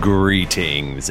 Greetings,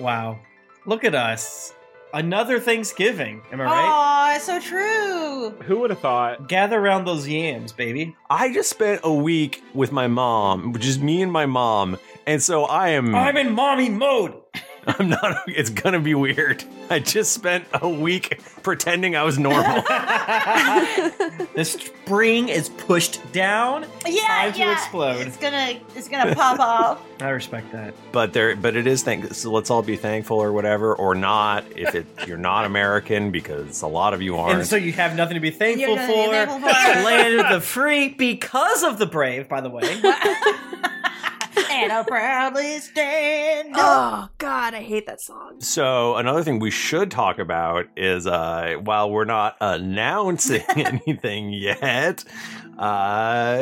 Wow. Look at us. Another Thanksgiving, am I right? Aw, it's so true. Who would have thought? Gather around those yams, baby. I just spent a week with my mom, just me and my mom, and so I am. I'm in mommy mode. I'm not. It's gonna be weird. I just spent a week pretending I was normal. The spring is pushed down. Yeah, Time to yeah. explode. It's gonna, it's gonna pop off. I respect that. but there, but it is thank. So let's all be thankful or whatever, or not if it, you're not American, because a lot of you aren't. And so you have nothing to be thankful You're for. nothing to be thankful for. Land of the free because of the brave, by the way. and I'll proudly stand. up. Oh, God, I hate that song. So another thing we should talk about is uh, while we're not announcing anything yet, uh,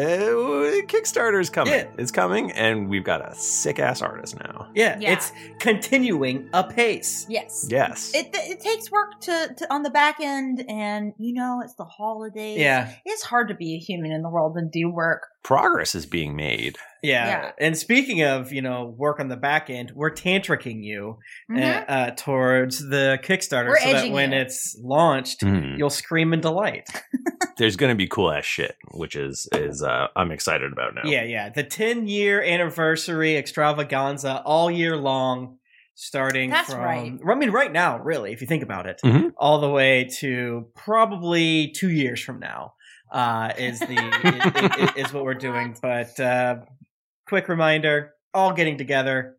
Kickstarter's coming. Yeah. It's coming, and we've got a sick ass artist now. Yeah, Yeah. it's continuing apace. Yes. Yes. It, it takes work to, to on the back end, and you know it's the holidays. Yeah, It's hard to be a human in the world and do work. Progress is being made. yeah, Yeah. And speaking of, you know, work on the back end, we're tantricking you Mhm. uh, uh, towards the Kickstarter We're so that edging when you. it's launched, you'll scream in delight. Hmm. There's going to be cool ass shit, which is is uh, I'm excited about now. Yeah, yeah. The 10 year anniversary extravaganza all year long, starting That's from, right. I mean, right now, really, if you think about it, Mhm. all the way to probably two years from now uh, is the i- i- i- is what we're doing. But uh, quick reminder: all getting together,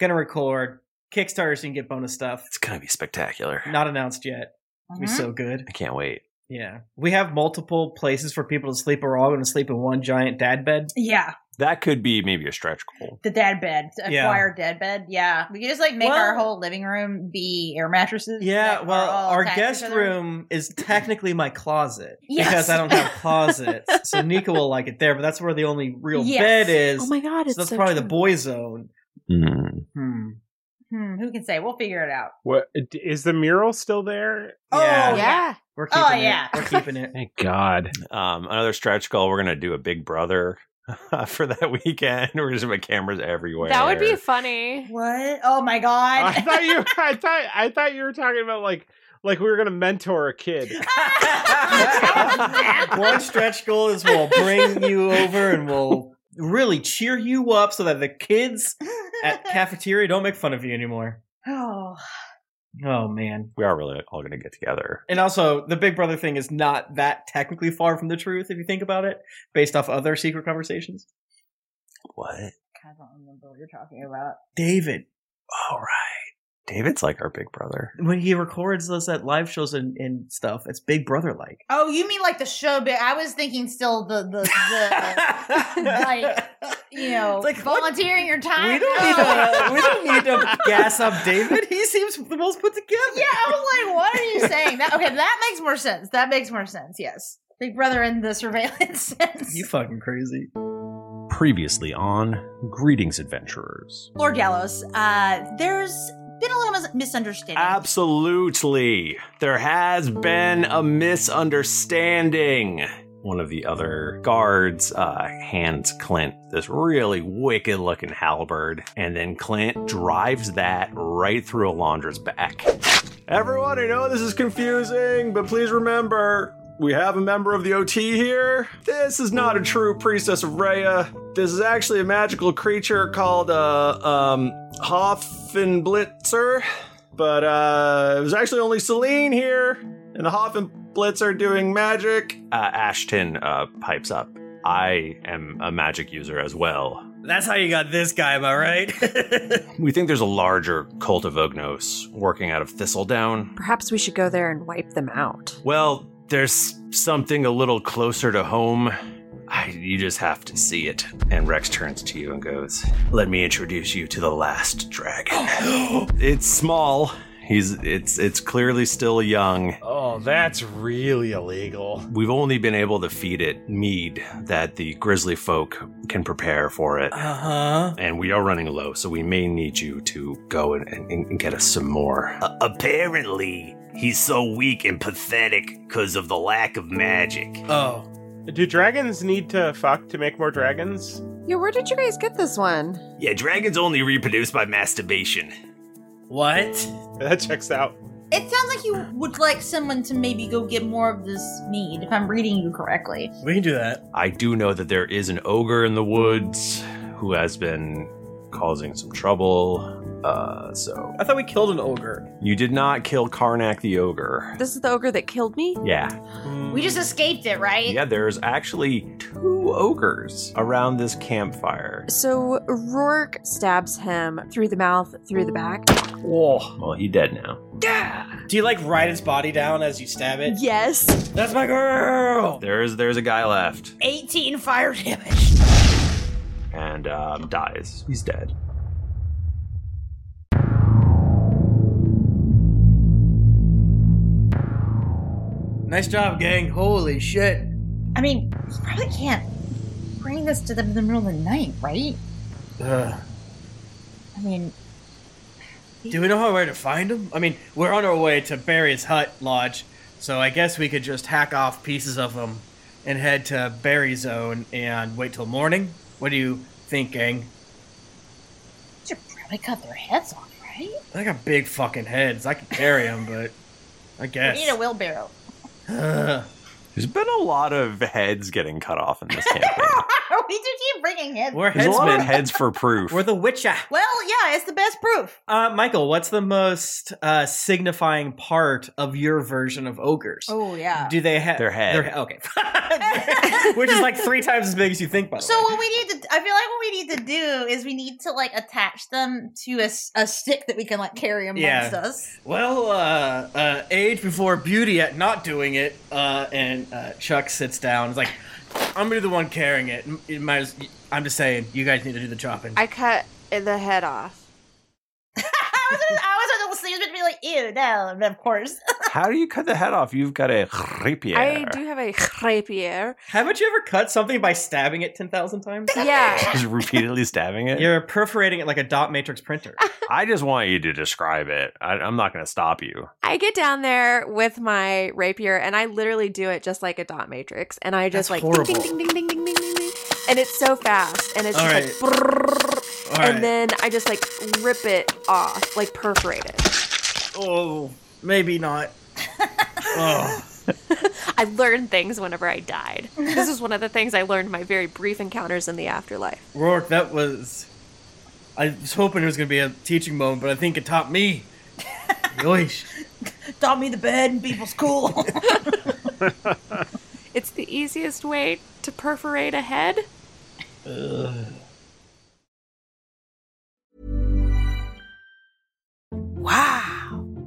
gonna record Kickstarter, so you can get bonus stuff. It's going to be spectacular. Not announced yet. It'll be Mhm. so good. I can't wait. Yeah, we have multiple places for people to sleep. We're all going to sleep in one giant dad bed. yeah, That could be maybe a stretch goal. the dad bed, to Yeah. acquire dad bed. Yeah, we could just like make Well- our whole living room be air mattresses. Yeah, that are well, all our attached to guest each other. room is technically my closet Yes. because I don't have closets. so Nika will like it there, but that's where the only real Yes. bed is. Oh, my God, so it's that's so probably the true. boy zone. Hmm. Hmm, who can say? We'll figure it out. What is the mural still there? Oh, Yeah. Oh, Yeah. We're keeping Oh, it. yeah. We're keeping it. Thank God. Um, another stretch goal. We're gonna do a Big Brother uh, for that weekend. We're just gonna put cameras everywhere. That would be funny. What? Oh my I god! thought you. I thought. I thought you were talking about like, like we were gonna mentor a kid. One stretch goal is we'll bring you over and we'll really cheer you up so that the kids at cafeteria don't make fun of you anymore. oh, Oh man. we are really all gonna get together. And also, the Big Brother thing is not that technically far from the truth if you think about it, based off other secret conversations. What? I don't remember what you're talking about. David, All right. David's like our Big Brother. when he records us at live shows and, and stuff, it's Big Brother like. Oh, you mean like the show bit? I was thinking still the the, the Like, you know It's like, what? volunteering your time. we don't need No. to we don't need to gas up David. He seems the most put together. yeah, I was like, what are you saying? That okay? That makes more sense. That makes more sense. Yes, Big Brother in the surveillance sense. You fucking crazy. Previously on Greetings Adventurers. Lord Gallows, uh, there's been a little mis- misunderstanding. Uh, Absolutely. There has been a misunderstanding. One of the other guards uh, hands Clint this really wicked looking halberd, and then Clint drives that right through Alondra's back. Everyone, I know this is confusing, but please remember we have a member of the OT here. This is not a true priestess of Rhea. This is actually a magical creature called uh, um, Hoffenblitzer. But uh, it was actually only Celine here, and the Hoffenblitzer doing magic. Uh, Ashton uh, pipes up. I am a magic user as well. That's how you got this guy, am I right? We think there's a larger cult of Ognos working out of Thistledown. Perhaps we should go there and wipe them out. Well, there's something a little closer to home. I, you just have to see it. And Rex turns to you and goes, "Let me introduce you to the last dragon. it's small. He's it's it's clearly still young. Oh, that's really illegal. We've only been able to feed it mead that the grizzly folk can prepare for it." Uh Uh-huh. huh. and we are running low, so we may need you to go and, and, and get us some more. apparently, he's so weak and pathetic because of the lack of magic. Oh, Do dragons need to fuck to make more dragons? Yeah, where did you guys get this one? Yeah, dragons only reproduce by masturbation. what? That checks out. It sounds like you would like someone to maybe go get more of this mead, if I'm reading you correctly. We can do that. I do know that there is an ogre in the woods who has been causing some trouble. Uh, so I thought we killed an ogre. you did not kill Karnak the ogre. This is the ogre that killed me? Yeah, We just escaped it, right? yeah. There's actually two ogres around this campfire. So Rourke stabs him through the mouth, through the back. Oh, well, he dead now. Do you like ride its body down as you stab it? Yes. That's my girl. There's there's a guy left. 18 fire damage. and um, dies. He's dead. Nice job, gang. Holy shit. I mean, you probably can't bring this to them in the middle of the night, right? Ugh. I mean, Do we know how where to find him? I mean, we're on our way to Barry's Hut Lodge, so I guess we could just hack off pieces of him and head to Barry's Zone and wait till morning. What do you think, gang? they should probably cut their heads off, right? I got big fucking heads. I could carry them, but I guess. We need a wheelbarrow. Ugh. There's been a lot of heads getting cut off in this campaign. we do keep bringing heads. We're There's a lot of headsmen. heads for proof. We're the Witcher. well, yeah, it's the best proof. Uh, Michael, what's the most uh, signifying part of your version of ogres? Oh, yeah. Do they have Their head. okay, which is like three times as big as you think. By the So way. what we need to, I feel like what we need to do is we need to like attach them to a, s- a stick that we can like carry amongst Yeah. us. Well, uh, uh, age before beauty at not doing it, uh, and uh, Chuck sits down. It's like, I'm gonna be the one carrying it. M- it might as- I'm just saying, you guys need to do the chopping. I cut the head off. I was gonna, I was gonna, to be like, ew, no, of course. How do you cut the head off? You've got a rapier. I do have a rapier. Haven't you ever cut something by stabbing it ten thousand times? Yeah. Just repeatedly stabbing it. You're perforating it like a dot matrix printer. I just want you to describe it. I, I'm not going to stop you. I get down there with my rapier and I literally do it just like a dot matrix. And I just That's like ding, horrible. ding, ding, ding, ding, ding, ding, ding. And it's so fast. And it's All just right. like brrrr. All and right. then I just like rip it off, like perforate it. oh, maybe not. oh, I learned things whenever I died. This is one of the things I learned in my very brief encounters in the afterlife. Rourke, that was. I was hoping it was gonna be a teaching moment, but I think it taught me. Yoish. Taught me the bed in people's cool. It's the easiest way to perforate a head.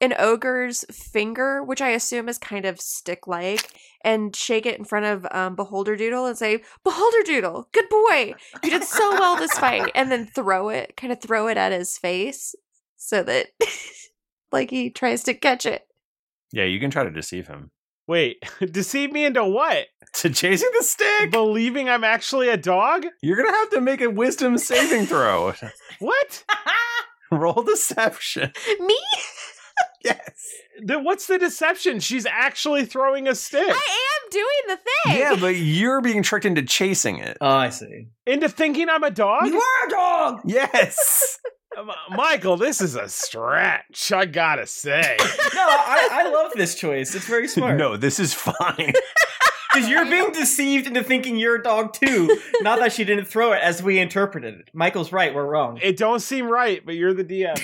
an ogre's finger, which I assume is kind of stick like, and shake it in front of um, Beholder Doodle and say, Beholder Doodle, good boy. You did so well this fight. And then throw it, kind of throw it at his face so that like he tries to catch it. Yeah, you can try to deceive him. Wait, deceive me into what? To chasing the stick? Believing I'm actually a dog? You're gonna have to make a wisdom saving throw. what? Roll deception. Me? yes. Then what's the deception? She's actually throwing a stick. I am doing the thing. Yeah, but you're being tricked into chasing it. Oh, I see. Into thinking I'm a dog? Uh, You are a dog! Yes. Michael, this is a stretch. I gotta say. no, I, I, love this choice. It's very smart. No, this is fine. Because you're being deceived into thinking you're a dog too. Not that she didn't throw it as we interpreted it. Michael's right. We're wrong. It don't seem right, but you're the DM.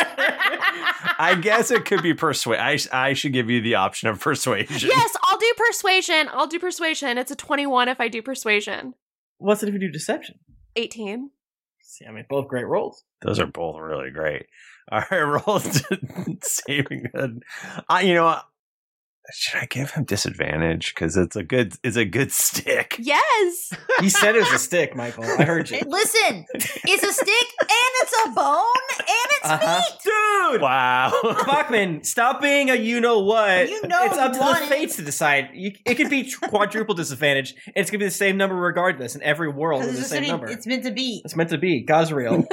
I guess it could be persuade. I, I should give you the option of persuasion. Yes, I'll do persuasion. I'll do persuasion. It's a 21 if I do persuasion. What's it if you do deception? 18. See, I mean, both great rolls. Those are both really great. All right, roll saving good. I, you know, what? should I give him disadvantage because it's a good, it's a good stick. Yes, he said it was a stick, Michael. I heard you. Listen, it's a stick and it's a bone and it's uh-huh. meat, dude. Wow, Bachman, stop being a you know what. You know, it's up to what the fates to decide. You, it could be quadruple disadvantage. And it's gonna be the same number regardless in every world. It's the same meant, number. It's meant to be. It's meant to be. Gazriel.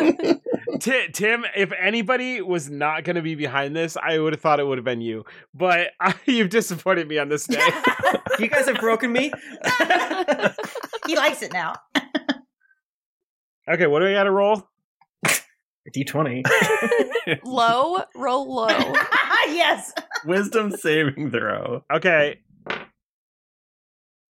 T- Tim, if anybody was not going to be behind this, I would have thought it would have been you. But I, you've disappointed me on this day. you guys have broken me. he likes it now. okay, what do we got to roll? D twenty. low, roll low. yes. Wisdom saving throw. Okay.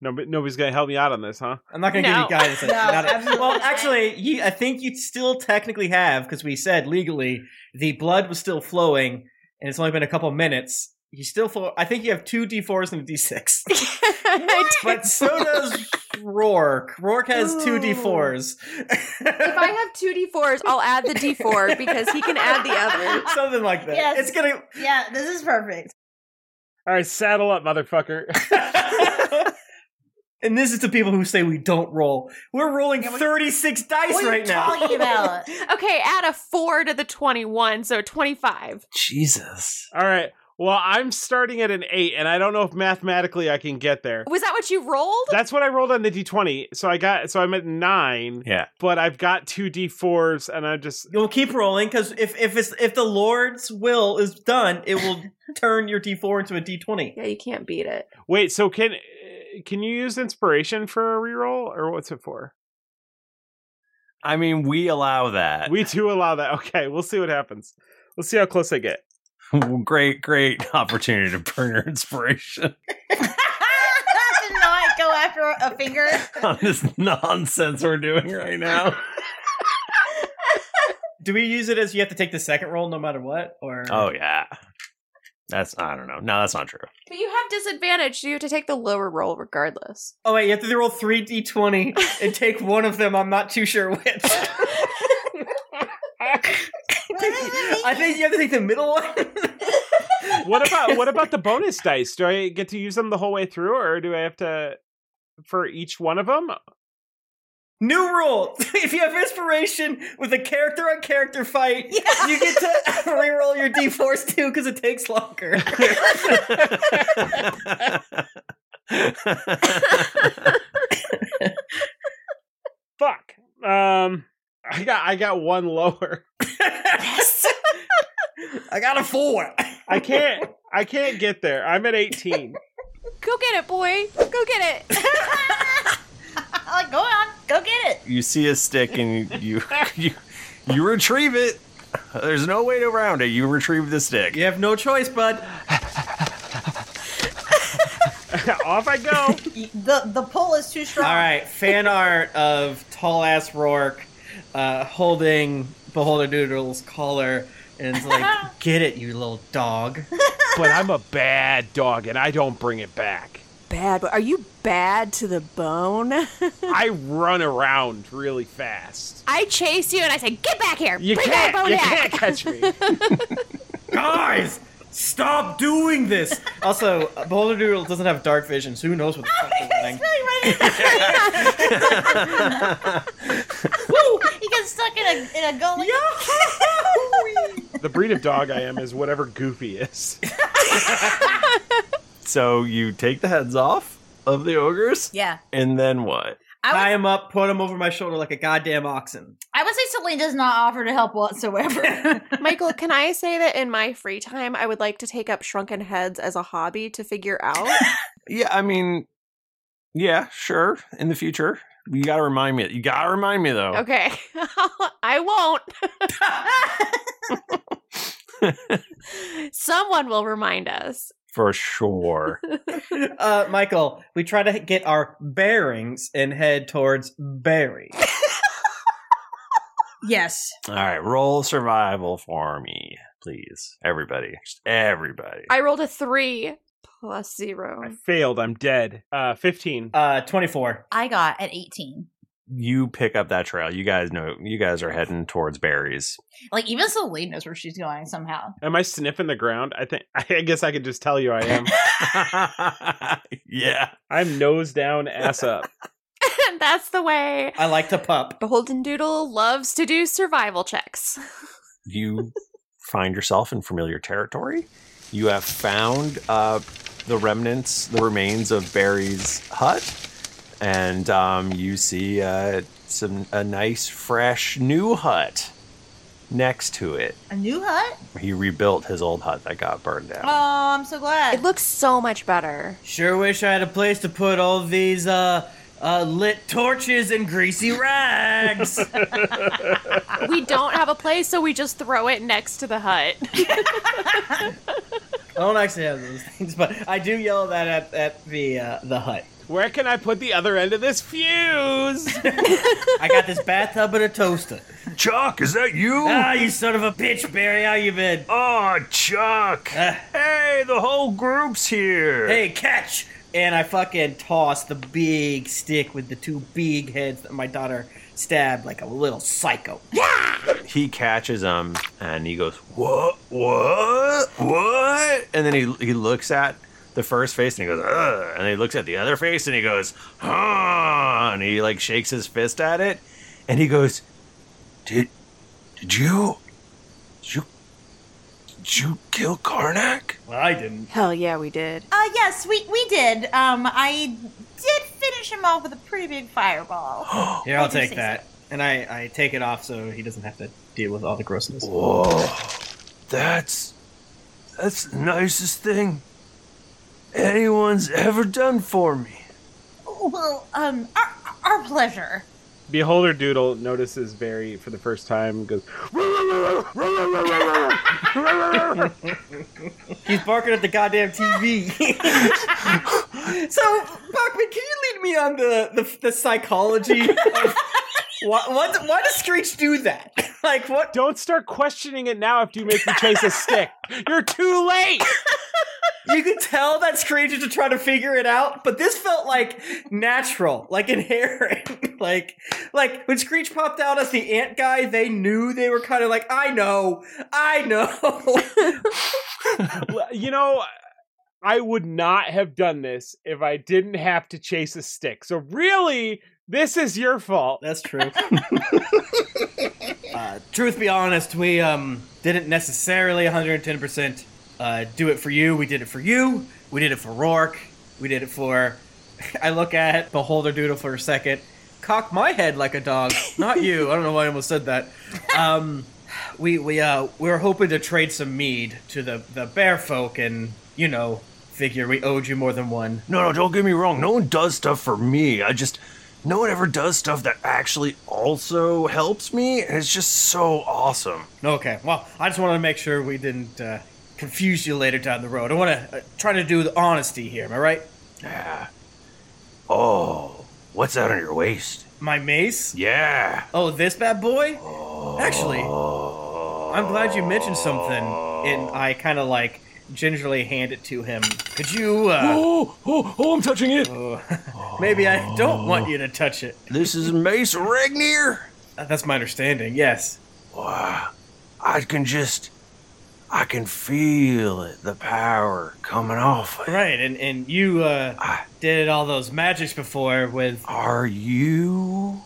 No, but nobody's gonna help me out on this, huh? I'm not gonna No. give you guidance. No, absolutely well, not. actually, you, I think you still technically have because we said legally the blood was still flowing, and it's only been a couple minutes. You still flow. I think you have two d4s and a d6, but so does Rourke. Rourke has two Ooh. d4s. if I have two d4s, I'll add the d4 because he can add the other. Something like that. Yes. It's gonna. Yeah, this is perfect. All right, saddle up, motherfucker. and this is to people who say we don't roll. We're rolling 36 dice What are you right now. talking about? Okay, add a four to the 21, so 25. Jesus. All right. Well, I'm starting at an eight, and I don't know if mathematically I can get there. Was that what you rolled? That's what I rolled on the d20. So I got, so I'm at nine, Yeah. but I've got two d4s, and I just You'll keep rolling because if if it's if the Lord's will is done, it will turn your D four into a D twenty. yeah, you can't beat it. wait. So can can you use inspiration for a reroll, or what's it for? I mean, we allow that. We do allow that. Okay, we'll see what happens. Let's see how close I get. great, great opportunity to burn your inspiration Did not go after a finger. on this nonsense we're doing right now. Do we use it as you have to take the second roll no matter what? Or Oh yeah. That's I don't know. No, that's not true. But you have disadvantage, so you have to take the lower roll regardless. Oh, wait, you have to roll three D twenty and take one of them. I'm not too sure which. I think you have to take the middle one. What about what about the bonus dice? Do I get to use them the whole way through, or do I have to for each one of them? New rule: If you have inspiration with a character on character fight, you get to reroll your D fours too because it takes longer. Fuck. Um, I got I got one lower. I got a four. I can't I can't get there. I'm at 18. Go get it, boy. Go get it. like, go on, go get it. You see a stick and you you you retrieve it. There's no way around it. You retrieve the stick. You have no choice, bud. Off I go. the the pull is too strong. All right, fan art of tall ass Rourke uh, holding Beholder Doodle's collar and it's like, "Get it, you little dog." but I'm a bad dog and I don't bring it back. bad, but are you bad to the bone? I run around really fast. I chase you and I say, get back here. You Bring can't that bone you back." can't catch me. Guys, stop doing this. Also, Boulder Doodle doesn't have dark vision, so who knows what the fuck they're running. he gets stuck in a in a gully. The breed of dog I am is whatever Goofy is. So you take the heads off of the ogres. Yeah. And then what? Tie him up, put him over my shoulder like a goddamn oxen. I would say Celine does not offer to help whatsoever. Michael, can I say that in my free time, I would like to take up shrunken heads as a hobby to figure out? Yeah, I mean, yeah, sure. In the future, you gotta remind me. You gotta remind me though. Okay, I won't. Someone will remind us. For sure. Uh, Michael, we try to get our bearings and head towards Barry. yes. All right, roll survival for me, please. Everybody, just everybody. I rolled a three plus zero. Failed. I'm dead. Uh, 15. Uh, 24. I got at 18. You pick up that trail. You guys know. You guys are heading towards berries. Like, even Celine knows where she's going somehow. Am I sniffing the ground? I think I guess I could just tell you I am. yeah. I'm nose down, ass up. That's the way. I like to pup. Beholden Doodle loves to do survival checks. You find yourself in familiar territory. You have found uh, the remnants, the remains of Barry's hut, and um, you see uh, some a nice, fresh new hut next to it. A new hut? He rebuilt his old hut that got burned down. Oh, I'm so glad. It looks so much better. Sure wish I had a place to put all these uh, uh, lit torches and greasy rags. We don't have a place, so we just throw it next to the hut. I don't actually have those things, but I do yell that at, at the uh, the hut. Where can I put the other end of this fuse? I got this bathtub and a toaster. Chuck, is that you? Ah, you son of a bitch, Barry. How you been? Uh. Oh, Chuck. hey, the whole group's here. Hey, catch! And I fucking toss the big stick with the two big heads that my daughter stabbed like a little psycho. He catches him and he goes, "What? What? What?" And then he he looks at the first face and he goes, "Ugh," and he looks at the other face and he goes, "Huh," and he like shakes his fist at it, and he goes, "Did did you did you did you kill Karnak?" Well, I didn't. Hell yeah, we did. Uh, yes, we, we did. Um, I did finish him off with a pretty big fireball. Here, I'll I do take say that. And I, I take it off so he doesn't have to deal with all the grossness. Whoa, that's that's the nicest thing anyone's ever done for me. Oh, well, um, our, our pleasure. Beholder Doodle notices Barry for the first time. Goes. He's barking at the goddamn TV. so, Bachman, can you lead me on the, the, the psychology of. What, what, why does Screech do that? Like, what? Don't start questioning it now after you make me chase a stick. You're too late. You could tell that Screech is just trying to figure it out, but this felt like natural, like inherent. like, like when Screech popped out as the ant guy, they knew they were kind of like, I know, I know. Well, You know, I would not have done this if I didn't have to chase a stick. So really, this is your fault. That's true. uh, truth be honest, we um, didn't necessarily 110% uh, do it for you. We did it for you. We did it for Rourke. We did it for. I look at Beholder Doodle for a second, cock my head like a dog. Not you. I don't know why I almost said that. Um, we we uh we were hoping to trade some mead to the the bear folk, and you know, figure we owed you more than one. No, no, don't get me wrong. No one does stuff for me. I just. No one ever does stuff that actually also helps me, and it's just so awesome. Okay, well, I just wanted to make sure we didn't uh, confuse you later down the road. I want to uh, try to do the honesty here. Am I right? Yeah. Oh, what's that on your waist? My mace? Yeah. Oh. Oh, this bad boy? Actually, I'm glad you mentioned something. And I kind of like gingerly hand it to him. Could you? Uh, oh, oh, oh, I'm touching it. Oh. maybe I don't want you to touch it. Uh, This is Mace Regnier? That's my understanding, yes. Wow. I can just. I can feel it, the power coming off. Right, and, and you uh, did all those magics before with. Are you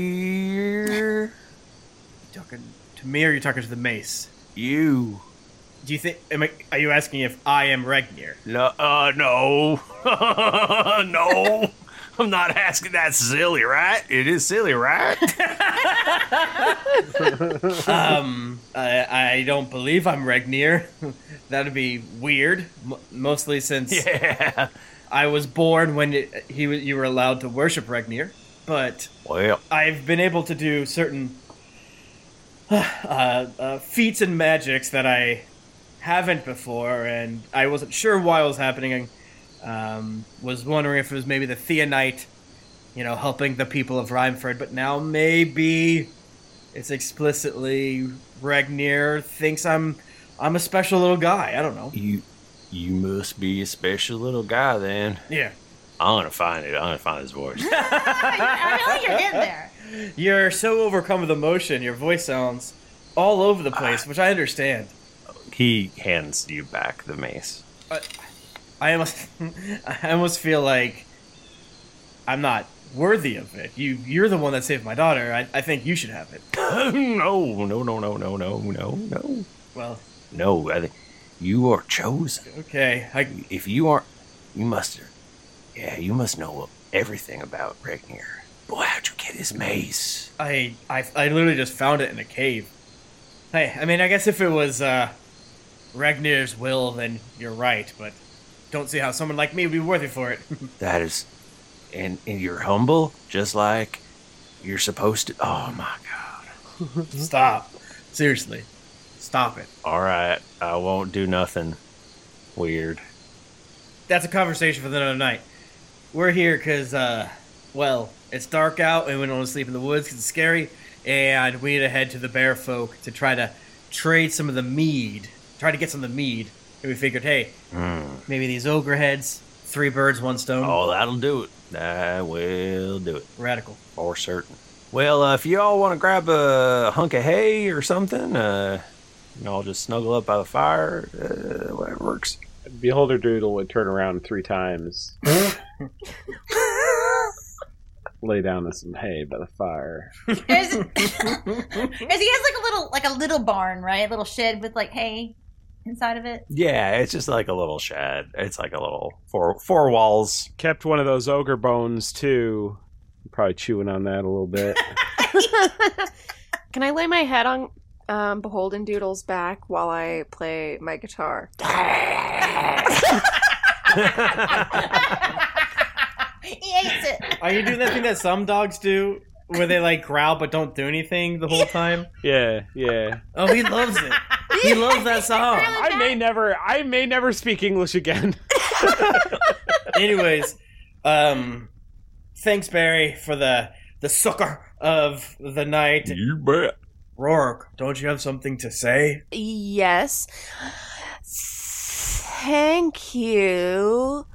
Regnier? talking to me or are you talking to the mace? You. Do you think. Am I, are you asking if I am Regnir? No, uh, no, no. I'm not asking. That's silly, right? It is silly, right? um, I, I don't believe I'm Regnir. That'd be weird, m- mostly since yeah. I was born when it, he wa- you were allowed to worship Regnir. But Well, I've been able to do certain uh, uh, feats and magics that I haven't before, and I wasn't sure why it was happening. Um, was wondering if it was maybe the Theonite, you know, helping the people of Rhymeford, but now maybe it's explicitly Regnir thinks I'm I'm a special little guy. I don't know. you, you must be a special little guy then. Yeah. I'm gonna find it. I'm gonna find his voice. I feel like you're getting there. You're so overcome with emotion. Your voice sounds all over the place, which I understand. he hands you back the mace. I almost, I almost feel like I'm not worthy of it. You, you're the one that saved my daughter. I, I think you should have it. no, no, no, no, no, no, no, no. Well, No, I think you are chosen. okay. I, If you aren't, you must. Yeah, you must know everything about Regnir. Boy, how'd you get his mace? I, I, I literally just found it in a cave. Hey, I mean, I guess if it was uh, Ragnir's will, then you're right. But don't see how someone like me would be worthy for it. That is, and and you're humble, just like you're supposed to. Oh my god! Stop. Seriously, stop it. All right, I won't do nothing weird. that's a conversation for another night. We're here because, uh, well, it's dark out and we don't want to sleep in the woods 'cause it's scary, and we need to head to the bear folk to try to trade some of the mead, try to get some of the mead. And we figured, hey, maybe these ogre heads, three birds, one stone. Hmm. Oh, that'll do it. That will do it. Radical. for certain. Well, uh, if y'all want to grab a hunk of hay or something, uh, you know, I'll just snuggle up by the fire, uh, whatever works. Beholder Doodle would turn around three times, lay down in some hay by the fire. There's, there's- he has like a little like a little barn, right? A little shed with like hay inside of it. Yeah, it's just like a little shed. It's like a little four four walls. Kept one of those ogre bones too. Probably chewing on that a little bit. Can I lay my head on um, Beholden Doodle's back while I play my guitar? He hates it. Are you doing that thing that some dogs do, where they like growl but don't do anything the whole time? yeah, yeah. Oh, he loves it. He loves that song. I may never, I may never speak English again. Anyways, um, thanks Barry for the the sucker of the night. You bet. Rourke, don't you have something to say? Yes. Thank you.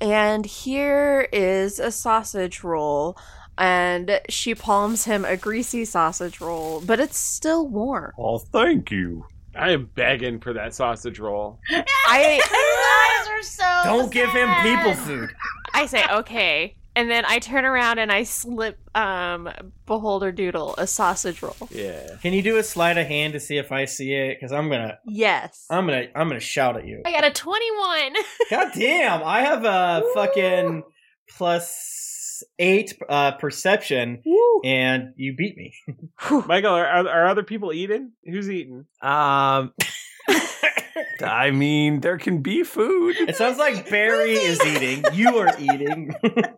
And here is a sausage roll. And she palms him a greasy sausage roll, but it's still warm. Well, thank you. I am begging for that sausage roll. I His eyes are so. Don't give him sad. people food. I say, okay, And then I turn around and I slip um, Beholder Doodle a sausage roll. Yeah. Can you do a sleight of hand to see if I see it? Because I'm gonna, Yes. I'm gonna, I'm gonna shout at you. I got a 21. God damn! I have a fucking plus eight uh, perception, and you beat me. Michael, are, are, are other people eating? Who's eating? Uh, Um, I mean, there can be food. It sounds like Barry is eating. You are eating.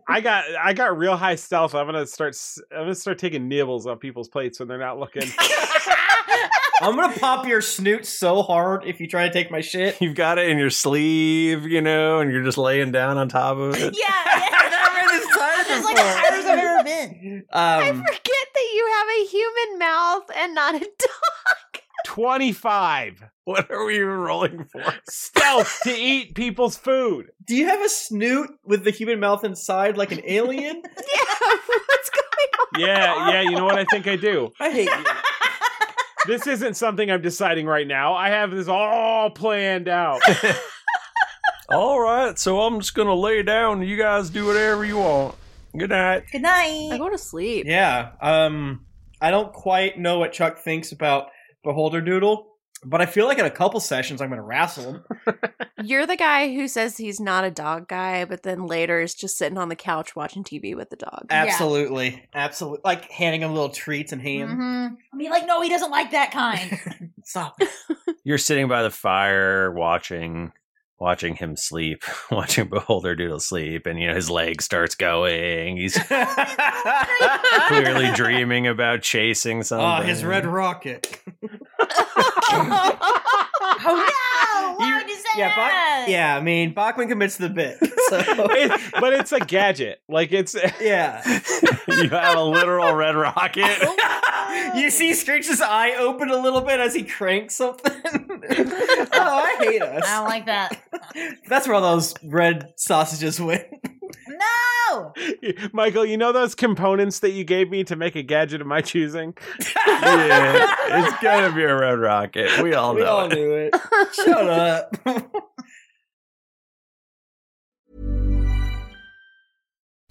I got I got real high stealth. I'm gonna start s- I'm gonna start taking nibbles on people's plates when they're not looking. I'm gonna pop your snoot so hard if you try to take my shit. You've got it in your sleeve, you know, and you're just laying down on top of it. I've never been inside There's like as hard as I've ever been. I Um, forget that you have a human mouth and not a dog. 25. What are we even rolling for? Stealth to eat people's food. Do you have a snoot with the human mouth inside like an alien? Yeah, yeah, you know what I think I do. I hate you. This isn't something I'm deciding right now. I have this all planned out. All right, so I'm just gonna lay down. You guys do whatever you want. Good night. Good night. I go to sleep. Yeah. Um, I don't quite know what Chuck thinks about Beholder Doodle, but I feel like in a couple sessions I'm going to wrestle him. You're the guy who says he's not a dog guy, but then later is just sitting on the couch watching TV with the dog. Absolutely, absolutely. Like handing him little treats and ham. Mm-hmm. Mhm. I mean, like, no, he doesn't like that kind. Stop. You're sitting by the fire, watching, watching him sleep, watching Beholder Doodle sleep, and you know his leg starts going. He's clearly dreaming about chasing something. Oh, Ah, his red rocket. oh no! Why did you say yeah, that? Bach- yeah. I mean, Bachman commits to the bit. So It- but it's a gadget. Like it's yeah. you have a literal red rocket. Oh. You see Screech's eye open a little bit as he cranks something. oh, I hate us. I don't like that. That's where all those red sausages went. No! Michael, you know those components that you gave me to make a gadget of my choosing? yeah, it's gonna be a red rocket. We all We know all it. knew it. Shut up.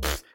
Pfft,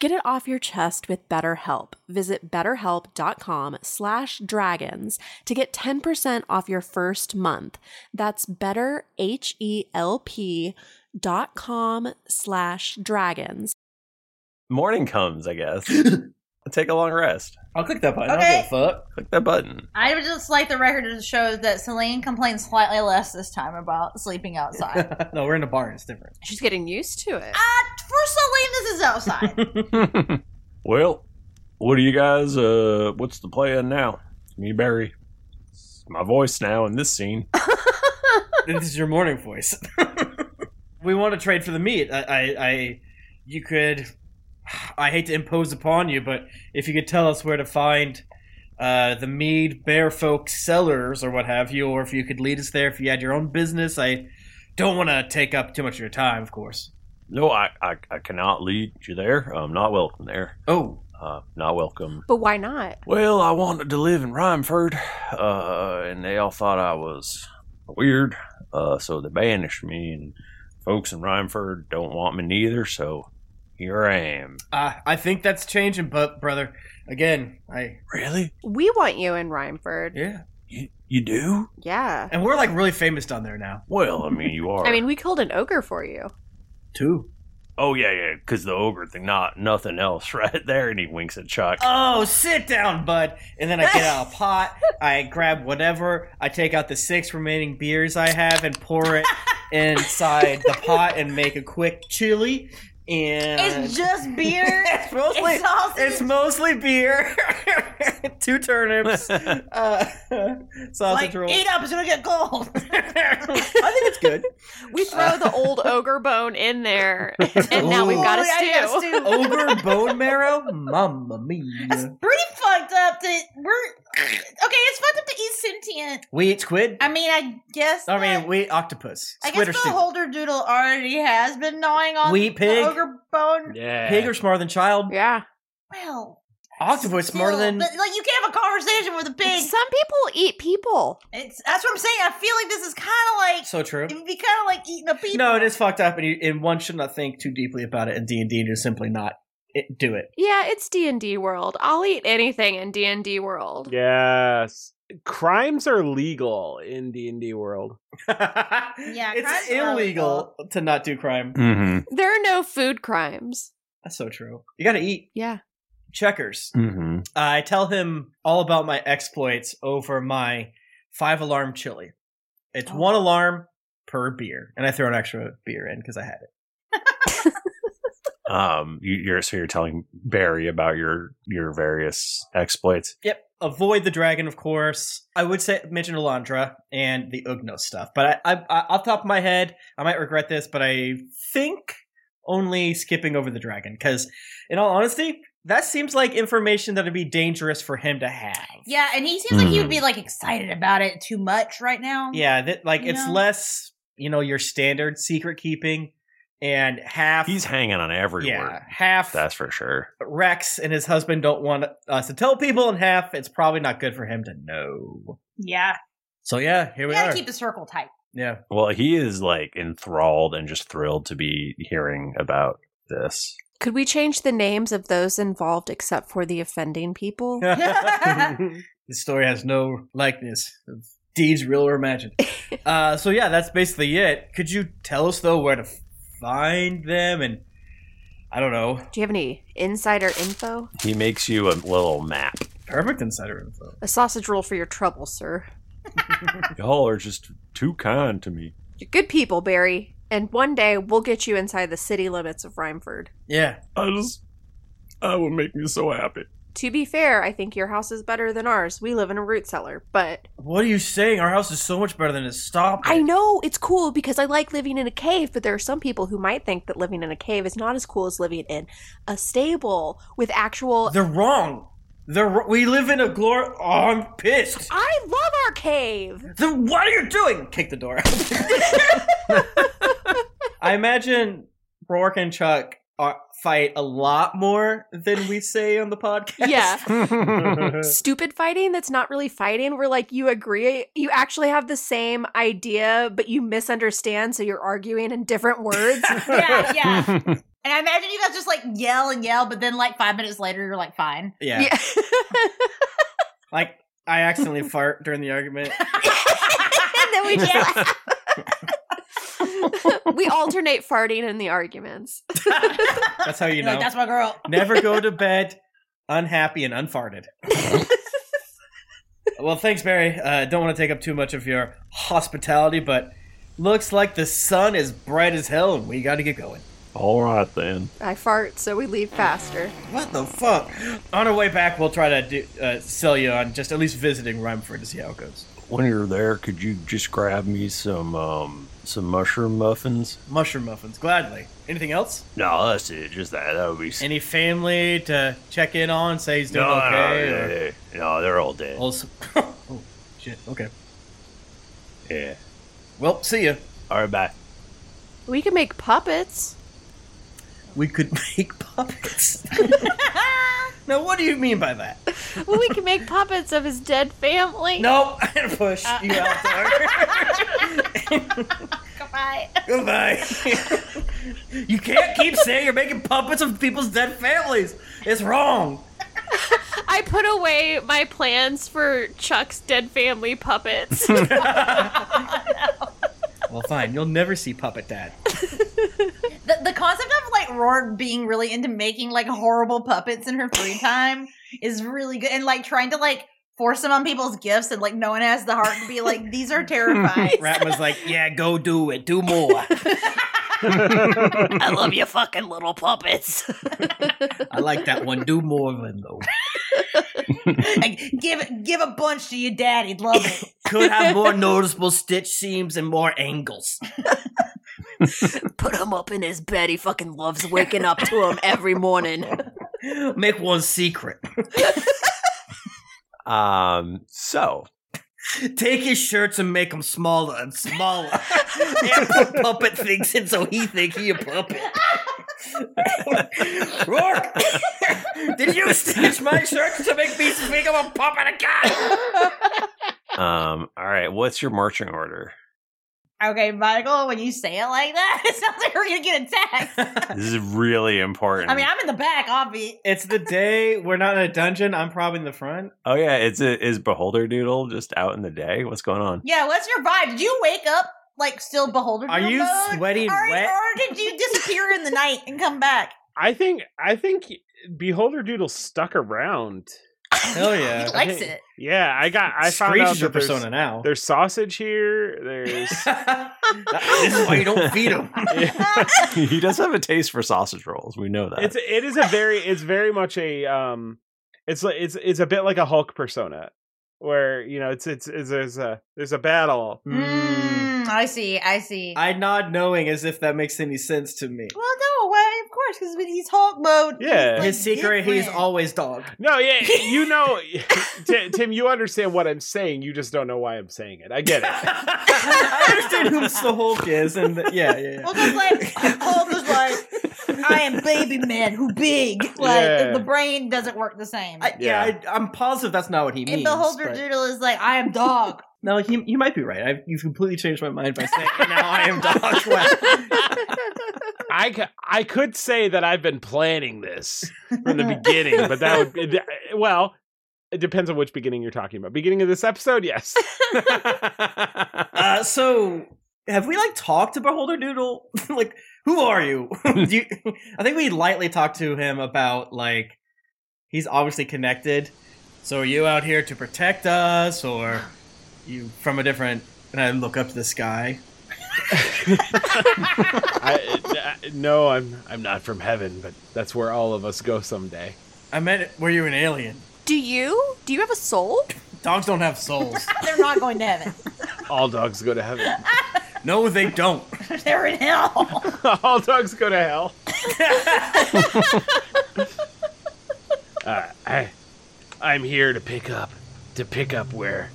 Get it off your chest with BetterHelp. Visit betterhelp.com slash dragons to get 10% off your first month. That's betterhelp.com slash dragons. Morning comes, I guess. Take a long rest. I'll click that button. I don't Okay. give a fuck. Click that button. I would just like the record to show that Celine complains slightly less this time about sleeping outside. no, we're in a barn. It's different. She's getting used to it. Uh, For Celine, this is outside. Well, what do you guys? Uh, what's the plan now? It's me, Barry. It's my voice now in this scene. this is your morning voice. we want to trade for the meat. I, I, I, you could. I hate to impose upon you, but if you could tell us where to find uh, the mead bear folk cellars or what have you, or if you could lead us there, if you had your own business, I don't want to take up too much of your time, of course. No, I, I, I cannot lead you there. I'm not welcome there. Oh, uh, not welcome. But why not? Well, I wanted to live in Rhymeford, uh, and they all thought I was weird, uh, so they banished me. And folks in Rhymeford don't want me neither, so here I am. Uh, I think that's changing, but brother, again, I really. We want you in Rhymeford. Yeah. You do? Yeah. And we're like really famous down there now. Well, I mean, you are. I mean, we killed an ogre for you. two. Oh yeah, yeah, because the ogre thing, not nothing else, right there. And he winks at Chuck. Oh, sit down, bud. And then I get out a pot. I grab whatever. I take out the six remaining beers I have and pour it inside the pot and make a quick chili. And It's just beer. It's mostly It's sausage. it's mostly beer. Two turnips, uh, sausage like, rolls. eat up, it's gonna get cold. It's good. We throw the old ogre bone in there, and now we've got a Ooh, yeah, you got a stew. stew. Ogre bone marrow, mamma mia. Pretty fucked up that we're okay. It's fucked up to eat sentient. We eat squid. I mean, I guess. I mean, we eat octopus. I Squid guess or the soup. holder doodle already has been gnawing on We eat pig. the ogre bone. yeah. Pig are smarter than child. Yeah. Well, Octopus smarter still, than but, like you can't have a conversation with a pig. Some people eat people. It's that's what I'm saying. I feel like this is kind of like So true. It would be kind of like eating a people. No, it is fucked up, and, you, and one should not think too deeply about it in D and D. Just simply not it, do it. Yeah, it's D and D world. I'll eat anything in D and D world. Yes. Crimes are legal in D&D world. Yeah, It's crimes are illegal to not do crime. Mm-hmm. There are no food crimes. That's so true. You got to eat. Yeah. checkers. Mm-hmm. I tell him all about my exploits over my five alarm chili. It's one alarm per beer, and I throw an extra beer in because I had it. Um, you, you're so you're telling Barry about your your various exploits. Yep. Avoid the dragon, of course. I would say mention Elandra and the Ugnos stuff, but I, I, I off the top of my head, I might regret this, but I think only skipping over the dragon because, in all honesty, that seems like information that would be dangerous for him to have. Yeah, and he seems like he would be like excited about it too much right now. Yeah, that like You it's know? less you know your standard secret keeping, and half He's hanging on every Yeah, word. half That's for sure. Rex and his husband don't want us to tell people, and half it's probably not good for him to know. Yeah, So yeah, here we we gotta are. keep the circle tight. yeah. Well, he is like enthralled and just thrilled to be hearing about this. Could we change the names of those involved except for the offending people? this story has no likeness of deeds real or imagined. uh, so yeah, that's basically it. Could you tell us though where to f- find them? And I don't know. Do you have any insider info? He makes you a little map. Perfect insider info. A sausage roll for your trouble, sir. Y'all are just too kind to me. You're good people, Barry. And one day we'll get you inside the city limits of Rhymeford. Yeah. I just I would make me so happy. To be fair, I think your house is better than ours. We live in a root cellar, but What are you saying? Our house is so much better than his. Stop. I know it's cool because I like living in a cave, but there are some people who might think that living in a cave is not as cool as living in a stable with actual. They're wrong. They're wr- we live in a glor. Oh, I'm pissed. I love our cave. Then what are you doing? Kick the door. I imagine Rourke and Chuck are, fight a lot more than we say on the podcast. Yeah. Stupid fighting that's not really fighting, where like you agree, you actually have the same idea, but you misunderstand, so you're arguing in different words. yeah, yeah. and I imagine you guys just like yell and yell, but then like five minutes later, you're like fine. Yeah. like I accidentally fart during the argument. and then we just laugh. we alternate farting in the arguments. That's how you You're know. like, "That's my girl." Never go to bed unhappy and unfarted. well, thanks, Barry. Uh, don't want to take up too much of your hospitality, but looks like the sun is bright as hell, and we got to get going. All right then. I fart, so we leave faster. What the fuck? On our way back, we'll try to do, uh, sell you on just at least visiting Rhymeford to see how it goes. When you're there, could you just grab me some um some mushroom muffins? Mushroom muffins, gladly. Anything else? No, that's it. Just that. That would be. s- Any family to check in on? Say he's doing no, okay? no, or- yeah, yeah. no, they're all dead. Also, oh shit. Okay. Yeah. Well, see ya. All right, bye. We can make puppets. We could make puppets. now, what do you mean by that? Well, we can make puppets of his dead family. Uh, Nope, I'm gonna push Uh, you out Goodbye. Goodbye. you can't keep saying you're making puppets of people's dead families. It's wrong. I put away my plans for Chuck's dead family puppets. Well, fine. You'll never see Puppet Dad. The, the concept of like Rourke being really into making like horrible puppets in her free time is really good, and like trying to like force them on people's gifts, and like no one has the heart to be like these are terrifying. Rat was like, "Yeah, go do it. Do more." I love you fucking little puppets. I like that one. Do more of it though. like, give it- give a bunch to your daddy, He'd love it. Could have more noticeable stitch seams and more angles. Put him up in his bed. He fucking loves waking up to him every morning. Make one secret. Um. So Take his shirts and make them smaller and smaller. and put puppet things in so he think he a puppet. Rourke, did you stitch my shirts to make me think I'm a puppet again? Um, all right, what's your marching order? Okay, Michael, when you say it like that, it sounds like we're gonna get attacked. This is really important. I mean, I'm in the back, obviously. It's the day we're not in a dungeon. I'm probably in the front. oh yeah, it's a, is Beholder Doodle just out in the day? What's going on? Yeah, what's your vibe? Did you wake up like still beholder? Are mode? you sweaty and or, wet? or did you disappear in the night and come back? I think I think Beholder Doodle stuck around. Hell yeah. He likes it. Yeah, I got. I found Screech out is your that there's- persona now. There's sausage here. There's. this is why you don't feed him. he does have a taste for sausage rolls. We know that. It's it is a very it's very much a um, it's like it's it's a bit like a Hulk persona, where you know it's it's, it's there's a there's a battle. Hmm. Mm, I see. I see. I nod knowing as if that makes any sense to me. well, no, why? Of course, because he's Hulk mode. Yeah. His secret, he's always dog. No, yeah, you know, Ti- Tim, you understand what I'm saying. You just don't know why I'm saying it. I get it. I understand who the Hulk is, and the, yeah, yeah, yeah. Hulk is like Hulk is like I am baby man who big. Like Yeah. the brain doesn't work the same. I, yeah, I, I'm positive that's not what he and means. Beholder but- Doodle is like I am dog. No, you, you might be right. I, you've completely changed my mind by saying now I am dog. I, c- I could say that I've been planning this from the beginning, but that would be, well, it depends on which beginning you're talking about. Beginning of this episode, yes. Uh, so, have we like talked to Beholder Doodle? like, who are you? Do you? I think we lightly talked to him about like he's obviously connected. So, are you out here to protect us, or you from a different? And I look up to the sky. I, I- no, I'm I'm not from heaven, but that's where all of us go someday. I meant were you an alien? Do you? Do you have a soul? Dogs don't have souls. They're not going to heaven. All dogs go to heaven. no, they don't. They're in hell. All dogs go to hell. Uh, I, I'm here to pick up, to pick up where,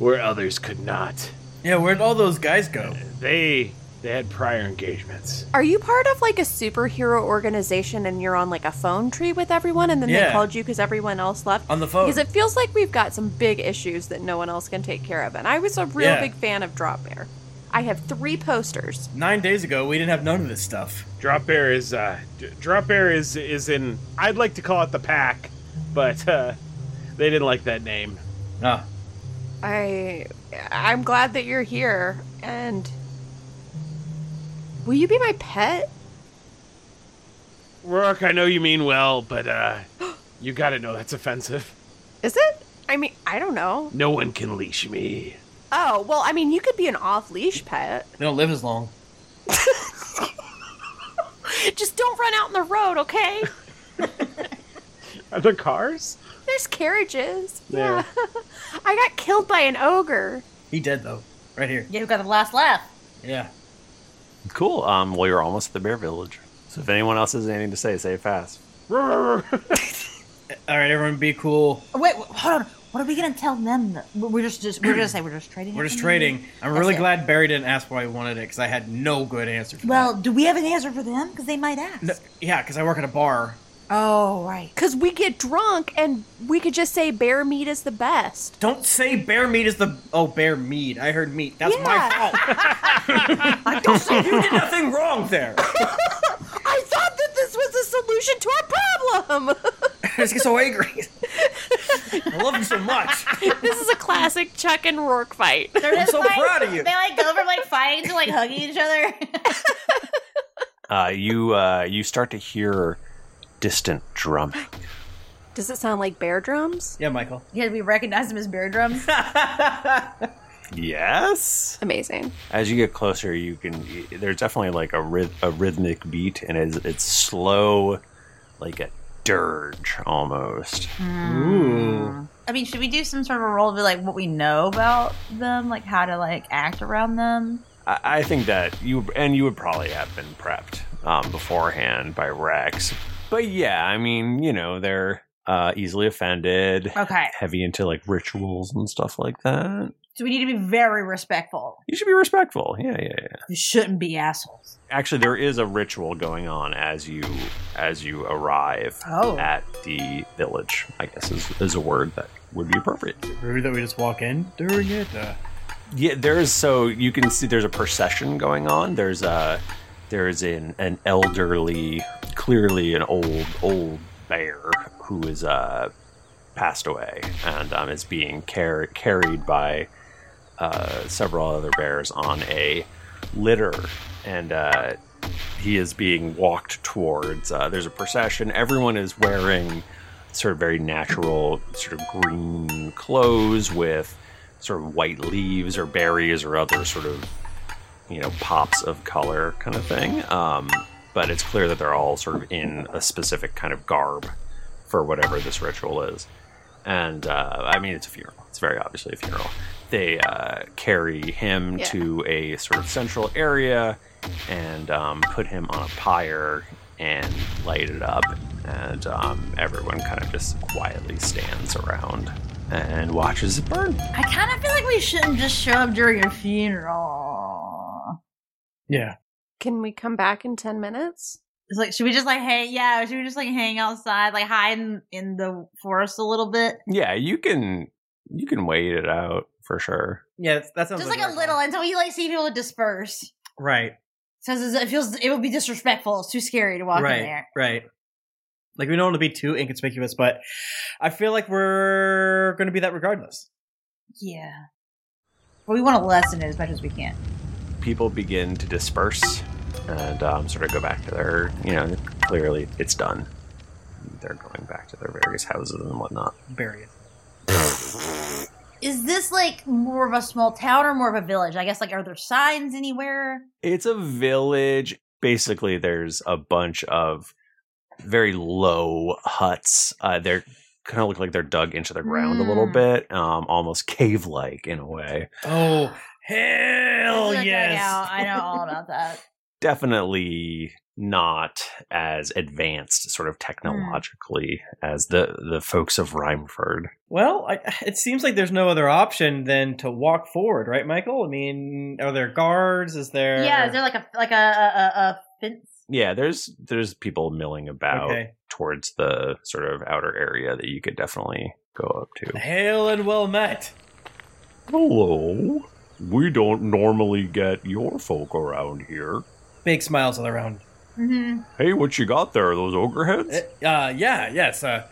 where others could not. Yeah, where'd all those guys go? They, they had prior engagements. Are you part of like a superhero organization and you're on like a phone tree with everyone and then Yeah. they called you because everyone else left? On the phone. Because it feels like we've got some big issues that no one else can take care of. And I was a real Yeah. big fan of Drop Bear. I have three posters. Nine days ago, we didn't have none of this stuff. Drop Bear is, uh, d- Drop Bear is is in. I'd like to call it the pack, but uh, they didn't like that name. Ah. I I'm glad that you're here and Will you be my pet? Rourke, I know you mean well, but uh, you gotta know that's offensive. Is it? I mean, I don't know. No one can leash me. Oh, well, I mean, you could be an off-leash pet. They don't live as long. Just don't run out in the road, okay? Are there cars? There's carriages. There. I got killed by an ogre. He dead though, right here. Yeah, who got the last laugh? Yeah. Cool. Um, well, you're almost at the bear village. So if anyone else has anything to say, say it fast. All right, everyone, be cool. Wait, wh- hold on. What are we gonna tell them? We're just, just we're gonna say we're just trading. We're just information? trading. I'm That's really it. glad Barry didn't ask why he wanted it because I had no good answer. For Well, do we have an answer for them? Because they might ask. no, yeah, because I work at a bar. Oh, right. Because we get drunk and we could just say bear meat is the best. Don't say bear meat is the oh bear meat. I heard meat. That's my fault. I don't say you did nothing wrong there. I thought that this was the solution to our problem. I just get so angry. I love you so much. this is a classic Chuck and Rourke fight. They're I'm just so like- proud of you. They like go from like fighting to like hugging each other. Uh, you uh, you start to hear distant drum. Does it sound like bear drums? Yeah, Michael. Yeah, we recognize them as bear drums. Yes. Amazing. As you get closer, you can. There's definitely like a ryth- a rhythmic beat, and it's, it's slow, like a dirge almost. Ooh. I mean, should we do some sort of a roll to like what we know about them, like how to like act around them? I, I think that you and you would probably have been prepped um, beforehand by Rex, but yeah, I mean, you know, they're uh, easily offended. Okay. Heavy into like rituals and stuff like that. So we need to be very respectful. You should be respectful. Yeah, yeah, yeah. You shouldn't be assholes. Actually, there is a ritual going on as you as you arrive Oh. at the village. I guess is, is a word that would be appropriate. Rude that we just walk in during it. Uh, Yeah, there's so you can see there's a procession going on. There's a there's an an elderly, clearly an old old bear who is uh passed away and um, is being car- carried by uh, several other bears on a litter, and uh, he is being walked towards. Uh, there's a procession. Everyone is wearing sort of very natural, sort of green clothes with sort of white leaves or berries or other sort of you know pops of color kind of thing. Um, but it's clear that they're all sort of in a specific kind of garb for whatever this ritual is. And uh, I mean, it's a funeral. It's very obviously a funeral. They uh, carry him Yeah. to a sort of central area and um, put him on a pyre and light it up. And um, everyone kind of just quietly stands around and watches it burn. I kind of feel like we shouldn't just show up during a funeral. Yeah. Can we come back in 10 minutes? It's like, should we just like hang? Yeah, should we just like hang outside, like hide in, in the forest a little bit? Yeah, you can you can wait it out for sure. Yeah, that's, that sounds Just like, like a little until we like see people disperse. right, Says it feels it would be disrespectful. It's too scary to walk right, in there. right. Like we don't want to be too inconspicuous, but I feel like we're going to be that regardless. Yeah, but we want to lessen it as much as we can. people begin to disperse and um, sort of go back to their, you know, clearly it's done. They're going back to their various houses and whatnot. Bury it. Is this like more of a small town or more of a village? I guess like are there signs anywhere? It's a village. Basically, there's a bunch of very low huts. Uh, they're kind of look like they're dug into the ground a Hmm. little bit, um, almost cave like in a way. Oh hell There's a yes! dugout. I know all about that. definitely not as advanced sort of Hmm. technologically as the the folks of Rhymeford. Well, I, it seems like there's no other option than to walk forward, right, Michael? I mean, are there guards? Is there? Yeah, is there like a like a a, a, a fence? Yeah, there's there's people milling about Okay. towards the sort of outer area that you could definitely go up to. Hail and well met. Hello. We don't normally get your folk around here. Big smiles all around. Mm-hmm. Hey, what you got there? Those ogre heads? Uh, yeah, yes. Uh,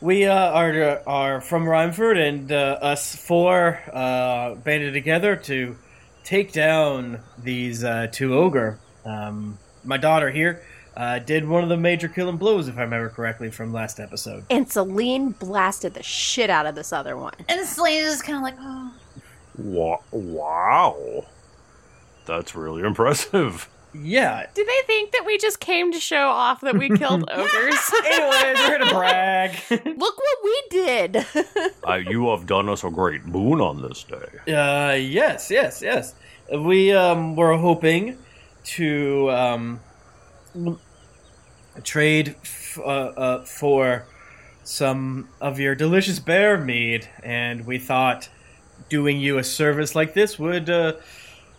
we uh, are are from Rhymeford, and uh, us four uh, banded together to take down these uh, two ogre. Um, my daughter here uh, did one of the major killing blows, if I remember correctly, from last episode. And Celine blasted the shit out of this other one. And Selena is kind of like, oh, Wa- wow. That's really impressive. Yeah. Do they think that we just came to show off that we killed ogres? Anyways, we're gonna brag. Look what we did. Uh, you have done us a great boon on this day. Uh, yes, yes, yes. We um, were hoping to um, trade f- uh, uh, for some of your delicious bear mead, and we thought doing you a service like this would uh,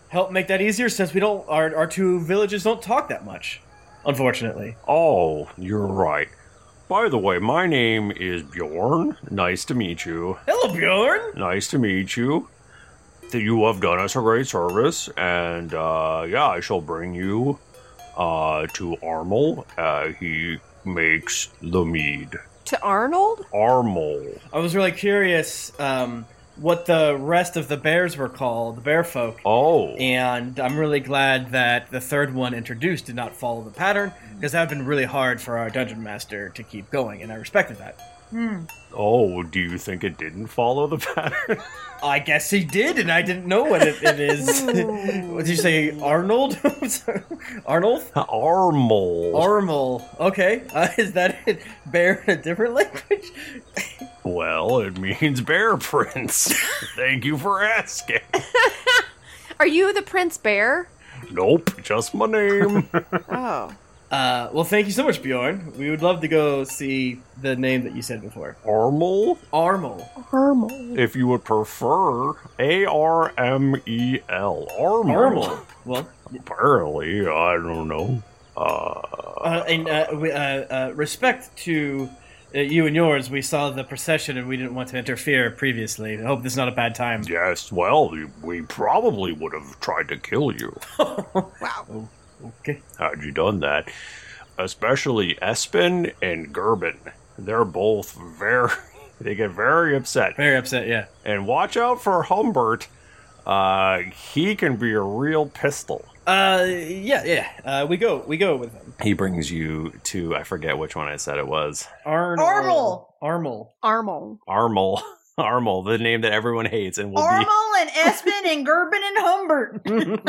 help make that easier since we don't our, our two villages don't talk that much. Unfortunately. Oh, you're right. By the way, my name is Bjorn. Nice to meet you. Hello, Oh, Bjorn. Nice to meet you. That you have done us a great service, and uh, yeah, I shall bring you uh, to Armel. Uh, he makes the mead. to Arnold? Armel. I was really curious um, what the rest of the bears were called, the bear folk. Oh. And I'm really glad that the third one introduced did not follow the pattern, because that would have been really hard for our dungeon master to keep going, and I respected that. hmm. Oh, do you think it didn't follow the pattern? I guess he did, and I didn't know what it, it is. what did you say, Arnold? Arnold? Armel. Armel. Okay. Uh, is that it? Bear in a different language? Well, it means bear prince. Thank you for asking. Are you the Prince Bear? Nope, just my name. Oh. Uh, well, thank you so much, Bjorn. We would love to go see the name that you said before. Armel? Armel. Armel. if you would prefer, A R M E L. Armel. Armel. Well, apparently, I don't know. Uh, Uh, and uh, we, uh, uh, respect to uh, you and yours, we saw the procession and we didn't want to interfere previously. I hope this is not a bad time. yes, well, you- we probably would have tried to kill you. wow. Okay. Had you done that. Especially Espen and Gerben. They're both very. They get very upset. Very upset, yeah. And watch out for Humbert. Uh, he can be a real pistol. Uh, yeah, yeah. Uh, we go, we go with him. He brings you to I forget which one I said it was. Arnold. Armel. Armel. Armel. Armel. Armel, the name that everyone hates and will be Armel and Espen and Gerben and Humbert.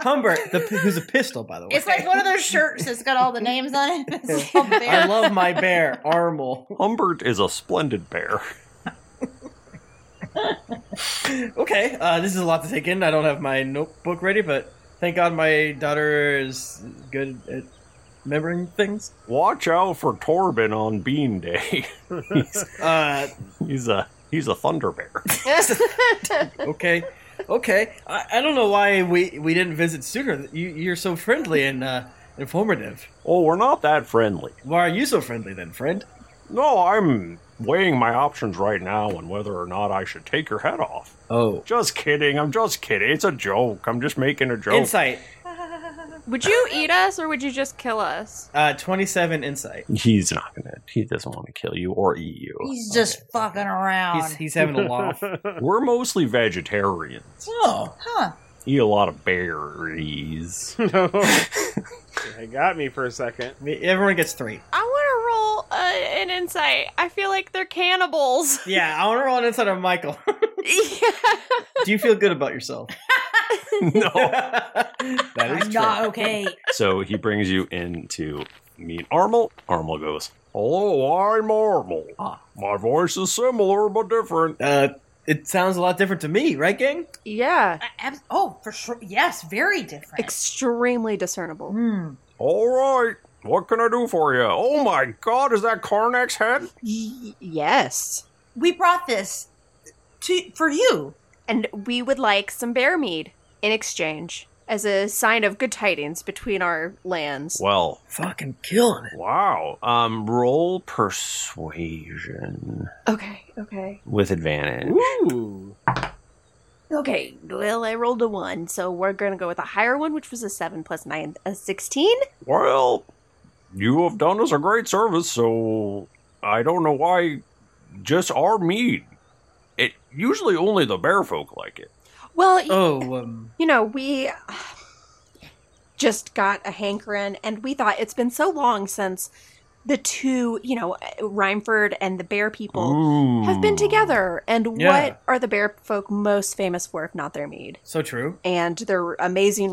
Humbert, the, p- who's a pistol, by the way. It's like one of those shirts that's got all the names on it. It's all I bare. love my bear, Armel. Humbert is a splendid bear. Okay, uh, this is a lot to take in. I don't have my notebook ready, but thank God my daughter is good at remembering things. Watch out for Torben on Bean Day. he's, uh, he's a he's a thunder bear. okay, okay. I, I don't know why we, we didn't visit sooner. You, you're so friendly and uh, informative. Oh, we're not that friendly. Why are you so friendly then, friend? No, I'm weighing my options right now on whether or not I should take your head off. Oh. Just kidding. I'm just kidding. It's a joke. I'm just making a joke. Insight. Would you eat us or would you just kill us? Uh, 27 insight. He's not gonna. He doesn't want to kill you or eat you. He's just fucking around. He's- he's having a laugh. We're mostly vegetarians. Oh, huh. Eat a lot of berries. It got me for a second. Everyone gets three. I want to roll uh, an insight. I feel like they're cannibals. Yeah, I want to roll an insight on Michael. Do you feel good about yourself? That is I'm true. not okay. so he brings you in to meet Armel. Armel goes, "Hello, I'm Armel. My voice is similar but different." Ah. Uh, it sounds a lot different to me, right, gang? Yeah. oh, for sure. Yes, very different. Hmm. Extremely discernible. All right, what can I do for you? Oh my God, is that Karnak's head? Yes. We brought this to for you. And we would like some bear mead in exchange as a sign of good tidings between our lands. Well, fucking killing it. Wow. Um, roll persuasion Okay, okay. with advantage. Ooh. Okay, well, I rolled a one, so we're going to go with a higher one, which was a seven plus nine, a 16. Well, you have done us a great service, so I don't know why just our mead. It usually only the bear folk like it. Well, y- Oh, um, you know, we just got a hankering, and we thought it's been so long since the two, you know, Rhymeford and the bear people have been together. And Yeah. what are the bear folk most famous for if not their mead? so true. And their amazing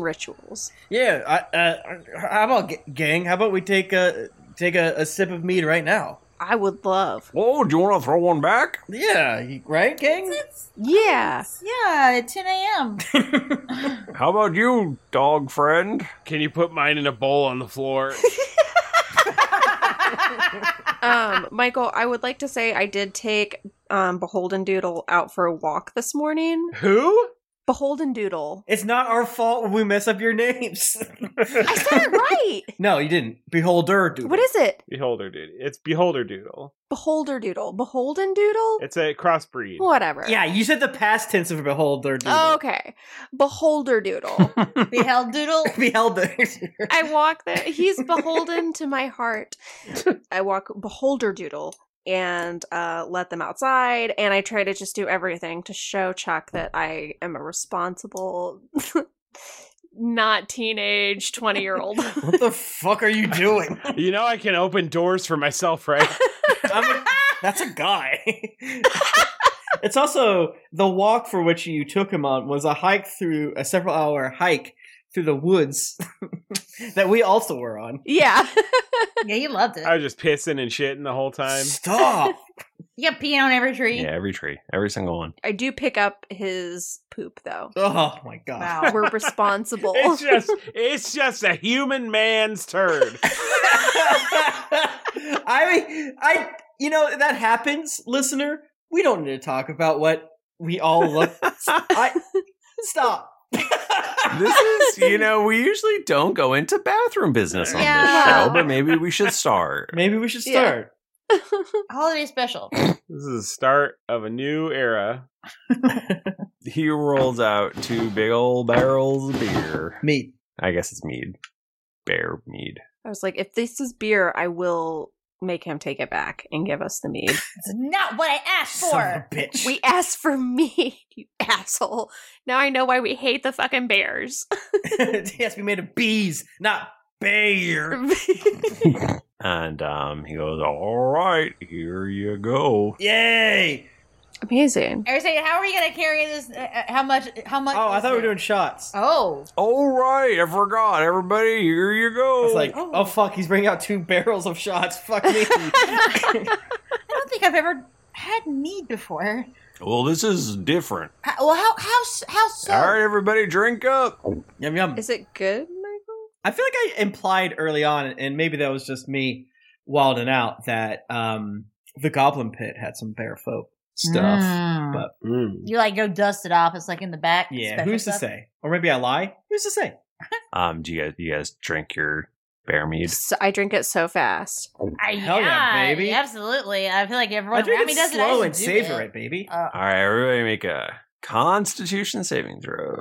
rituals. Yeah. I, uh, how about g- gang? How about we take a take a, a sip of mead right now? I would love. Whoa, Oh, do you want to throw one back? Yeah. you- Right, gang. Yeah. Yeah, at 10 a.m. How about you, dog friend? Can you put mine in a bowl on the floor? um, Michael, I would like to say I did take um, Beholden Doodle out for a walk this morning. Who? Beholden Doodle. It's not our fault when we mess up your names. I said it right. no, you didn't. Beholder, dude. What is it? Beholder Doodle. It's Beholder Doodle. Beholder Doodle. Beholden Doodle? It's a crossbreed. Whatever. Yeah, you said the past tense of beholder. Dude. Oh, okay. Beholder Doodle. Beheld Doodle. Beholder. I walk there. He's beholden to my heart. I walk Beholder Doodle and uh, let them outside. And I try to just do everything to show Chuck that I am a responsible, not teenage 20 year old. what the fuck are you doing? You know I can open doors for myself, right? I'm a- that's a guy. it's also the walk for which you took him on was a hike through a several hour hike through the woods that we also were on. Yeah. yeah, you loved it. I was just pissing and shitting the whole time. Stop. You got peeing on every tree. Yeah, every tree, every single one. I do pick up his poop, though. Oh my god. Wow. We're responsible. It's just it's just a human man's turd. I mean, I you know that happens, listener. We don't need to talk about what we all look. I stop. This is, you know, we usually don't go into bathroom business on Yeah. this show, but maybe we should start. Maybe we should Yeah. start. Holiday special. This is the start of a new era. He rolls out two big old barrels of beer. Mead. I guess it's mead. Bear mead. I was like, if this is beer, I will make him take it back and give us the mead. It's not what I asked for. bitch. We asked for mead, you asshole. Now I know why we hate the fucking bears. it has to be made of bees, not bear. And um, he goes, All right, here you go. Yay! Amazing. Are you saying how are we gonna carry this? Uh, uh, how much? How much? Oh, I is thought we were there? doing shots. Oh, All right, I forgot. Everybody, here you go. I was like, oh, fuck, he's bringing out two barrels of shots. Fuck me. I don't think I've ever had mead before. Well, this is different. How, well, how how s- uh, how so? All right, everybody, drink up. Yum yum. Is it good? I feel like I implied early on, and maybe that was just me wilding out, that um, the Goblin Pit had some bear folk stuff. Mm. But You like go dust it off. It's like in the back. yeah, special who's to stuff. say? Or maybe I lie. Who's to say? Um, do you guys, you guys drink your bear mead? So I drink it so fast. I, Hell yeah, baby. Absolutely. I feel like everyone I drink around it me does slow it. I and just do savor it, baby. Oh. All right, everybody, make a Constitution saving throw.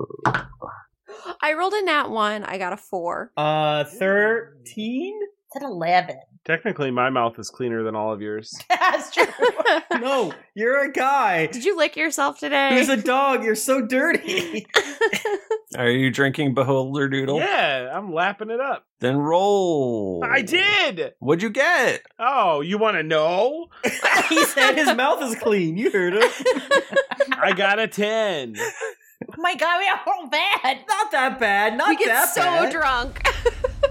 I rolled a nat one. I got a four. Uh, thirteen. It's at eleven. Technically, my mouth is cleaner than all of yours. That's true. no, you're a guy. Did you lick yourself today? Who's a dog? You're so dirty. Are you drinking Beholder Doodle? Yeah, I'm lapping it up. Then roll. I did. What'd you get? Oh, you want to know? he said his mouth is clean. You heard him. I got a ten. Oh my god, we are all bad. Not that bad. Not we get that so bad. drunk.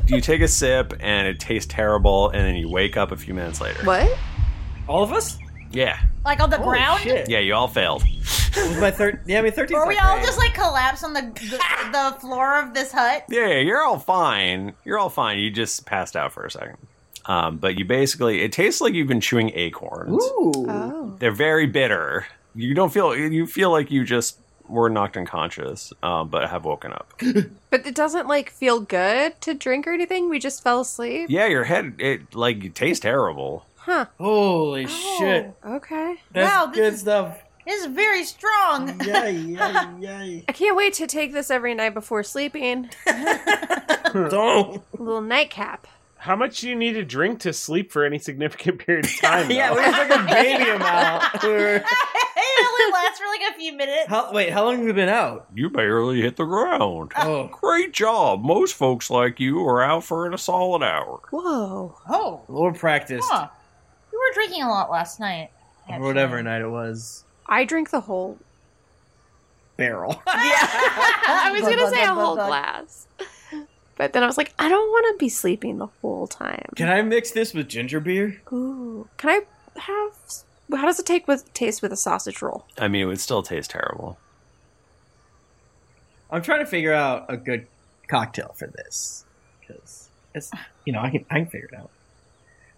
You take a sip and it tastes terrible, and then you wake up a few minutes later. What? All of us? Yeah. Like on the ground. Yeah, you all failed. was my third. Yeah, my thirteen. Or we all just like collapse on the the, the floor of this hut. Yeah, you're all fine. You're all fine. You just passed out for a second. Um, but you basically, it tastes like you've been chewing acorns. Oh. They're very bitter. You don't feel, you feel like you just were knocked unconscious, um, but have woken up. But it doesn't like feel good to drink or anything. We just fell asleep. Yeah, your head, it like, it tastes terrible. Huh. Holy Oh. shit. Okay. wow, this is, stuff. This is very strong. Yay, yay, yay. I can't wait to take this every night before sleeping. Don't. A little nightcap. How much do you need to drink to sleep for any significant period of time? yeah, though? we were like a baby amount. We were- it only lasts for like a few minutes. How, wait, how long have you been out? You barely hit the ground. Oh. Great job. Most folks like you are out for a solid hour. Whoa. Oh. Lord practiced. Huh. We were drinking a lot last night. Or whatever night it was. I drink the whole. Barrel. I was gonna say a Bug, bug, bug, whole bug. glass, but then I was like, I don't want to be sleeping the whole time. Can I mix this with ginger beer? Ooh. Can I have? How does it take with taste with a sausage roll? I mean, it would still taste terrible. I'm trying to figure out a good cocktail for this. Because it's, you know, I can, I can figure it out.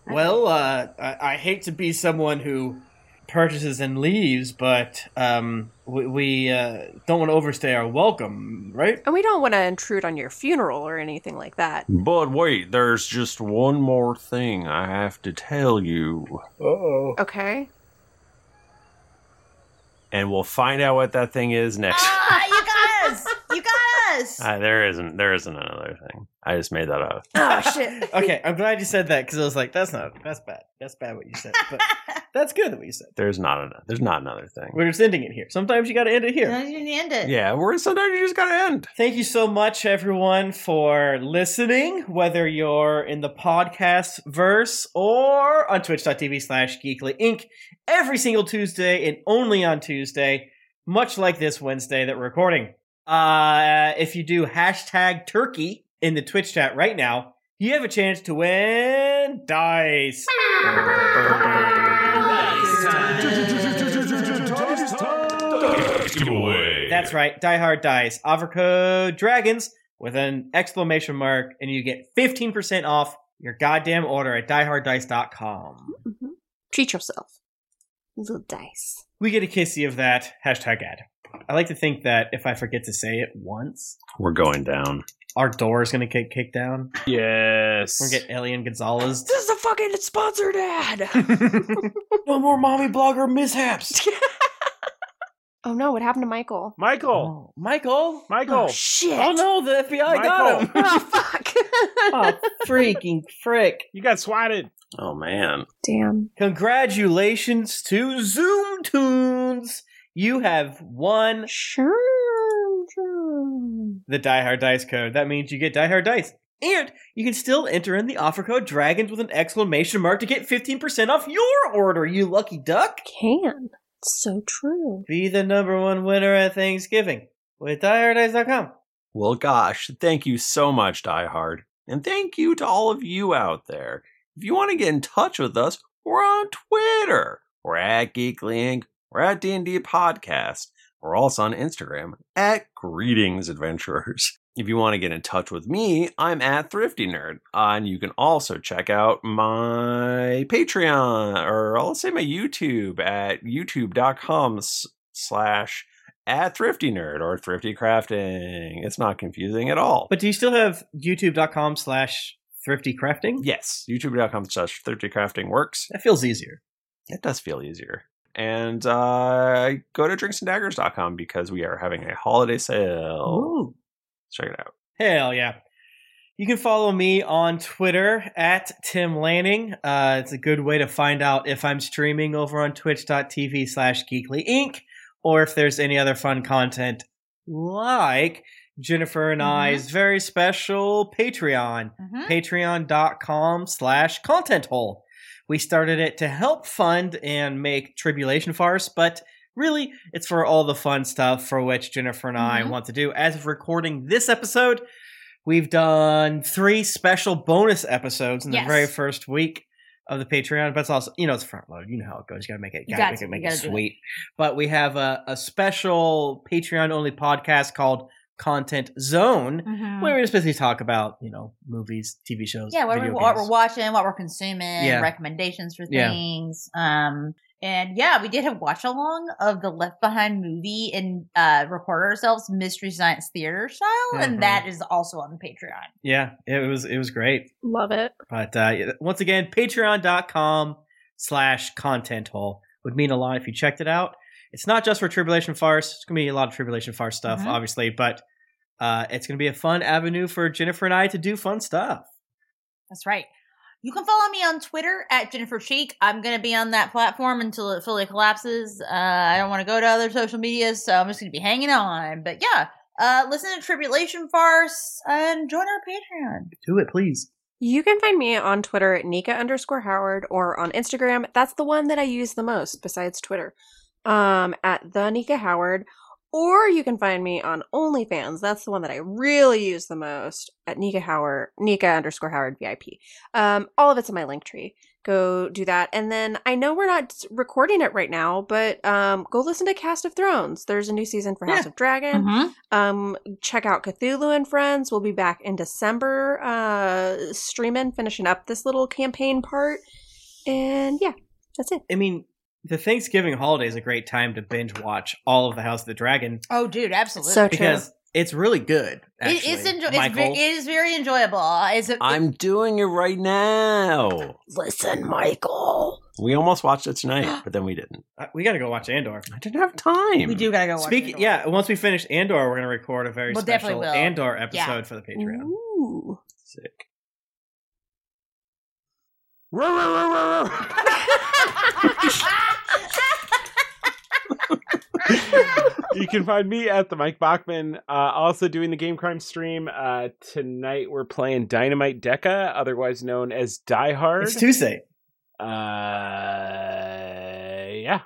Well, uh, I, I hate to be someone who purchases and leaves, but um, we, we uh, don't want to overstay our welcome, right? And we don't want to intrude on your funeral or anything like that. But wait, there's just one more thing I have to tell you. Oh. Okay. And we'll find out what that thing is next. Ah, you got us. You got us. Uh, there isn't there isn't another thing. I just made that up. Oh shit. okay, I'm glad you said that because I was like, that's not that's bad. That's bad what you said, but that's good what you said. There's not an, there's not another thing. We're just ending it here. Sometimes you got to end it here. No, you didn't end it. Yeah, we're sometimes you just got to end. Thank you so much, everyone, for listening, whether you're in the podcast verse or on twitch.tv slash geekly inc. every single Tuesday and only on Tuesday, much like this Wednesday that we're recording. Uh, if you do hashtag turkey in the Twitch chat right now, you have a chance to win dice. That's right. Die Hard Dice. Offer code Dragons with an exclamation mark, and you get 15% off your goddamn order at dieharddice.com. Mm-hmm. Treat yourself. Little dice. We get a kissy of that. Hashtag ad. I like to think that if I forget to say it once, We're going down. our door is going to get kicked down. Yes. We're going to get Alien Gonzalez. This is a fucking sponsored ad. no more mommy blogger mishaps. oh no, what happened to Michael? Michael. Michael. Michael. Oh, shit. Oh no, the FBI got him. Oh fuck. oh, freaking frick. You got swatted. Oh man. Damn. Congratulations to Zoom Tunes. You have won sure. the Die Hard Dice code. That means you get Die Hard Dice. And you can still enter in the offer code DRAGONS with an exclamation mark to get 15% off your order, you lucky duck. Can. So true. Be the number one winner at Thanksgiving with DieHardDice.com. Well, gosh, thank you so much, Die Hard. And thank you to all of you out there. If you want to get in touch with us, we're on Twitter. We're at Geekly Inc. We're at D&D Podcast. We're also on Instagram at Greetings Adventurers. If you want to get in touch with me, I'm at Thrifty Nerd. Uh, and you can also check out my Patreon, or I'll say my YouTube at youtube.com s- slash at Thrifty Nerd or Thrifty Crafting. It's not confusing at all. But do you still have youtube.com slash thrifty crafting? Yes, youtube.com slash thrifty crafting works. That feels easier. It does feel easier. And uh, go to drinksanddaggers.com because we are having a holiday sale. Ooh. Check it out. Hell yeah. You can follow me on Twitter at Tim Lanning. Uh, it's a good way to find out if I'm streaming over on twitch.tv slash geekly inc or if there's any other fun content like Jennifer and I's very special Patreon, patreon.com slash content hole. We started it to help fund and make Tribulation Farce, but really it's for all the fun stuff for which Jennifer and I want to do. As of recording this episode, we've done three special bonus episodes in Yes. the very first week of the Patreon, but it's also, you know, it's front load. You know how it goes. You gotta make it, You gotta make got to. it, You make it gotta do it. sweet but we have a, a special Patreon only podcast called Content Zone, Mhm. where we just basically talk about you know movies, TV shows, yeah, what, we, video what we're games. watching, what we're consuming, Yeah. recommendations for Yeah. things. Um, and yeah, we did have watch along of the Left Behind movie and uh, recorded ourselves Mystery Science Theater style, Mhm. and that is also on Patreon. yeah, it was it was great. Love it. But uh, yeah, once again, patreon.com slash content hole would mean a lot if you checked it out. It's not just for Tribulation Farce. It's going to be a lot of Tribulation Farce stuff, Mhm. obviously, but uh, it's going to be a fun avenue for Jennifer and I to do fun stuff. That's right. You can follow me on Twitter at Jennifer Cheek. I'm going to be on that platform until it fully collapses. Uh, I don't want to go to other social medias, so I'm just going to be hanging on. But yeah, uh, listen to Tribulation Farce and join our Patreon. Do it, please. You can find me on Twitter at Nika underscore Howard or on Instagram. That's the one that I use the most besides Twitter. Um, at the Nika Howard. Or you can find me on OnlyFans. That's the one that I really use the most at Nika Howard, Nika underscore Howard VIP. Um, all of it's in my link tree. Go do that. And then I know we're not recording it right now, but um, go listen to Cast of Thrones. There's a new season for House of Dragon. Mm-hmm. Um, check out Cthulhu and Friends. We'll be back in December, uh, streaming, finishing up this little campaign part. And yeah, that's it. I mean, the Thanksgiving holiday is a great time to binge watch all of the House of the Dragon. Oh, dude, absolutely. Because it's really good. Actually. it is enjoy- it's, Michael. ve- it is very enjoyable. It's a, I'm doing it right now. Listen, Michael. We almost watched it tonight, but then we didn't. Uh, we got to go watch Andor. I didn't have time. We do gotta go watch Speak, Yeah, once we finish Andor, we're going to record a very Well, special definitely will. Andor Yeah. episode for the Patreon. Ooh. Sick. you can find me at the Mike Bachman. Uh, also doing the Game Crime stream uh, tonight. We're playing Dynamite Deca, otherwise known as Die Hard. It's Tuesday. Uh, yeah.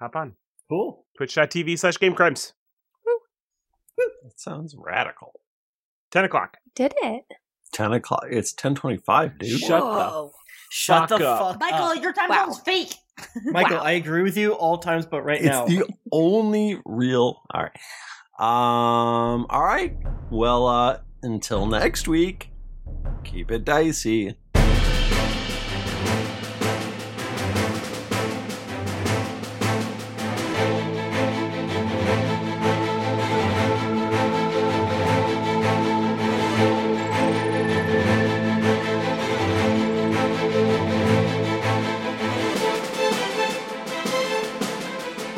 Hop on. Cool. Twitch.tv slash Game Crimes. That sounds radical. Ten o'clock. Did it? Ten o'clock. It's ten twenty-five, dude. Shut the Shut the fuck up. Michael, your time zone's fake. Michael, I agree with you all times, but right It's now. the only real. All right. Um. All right. Well. Uh. Until next week. Keep it dicey. Thank you.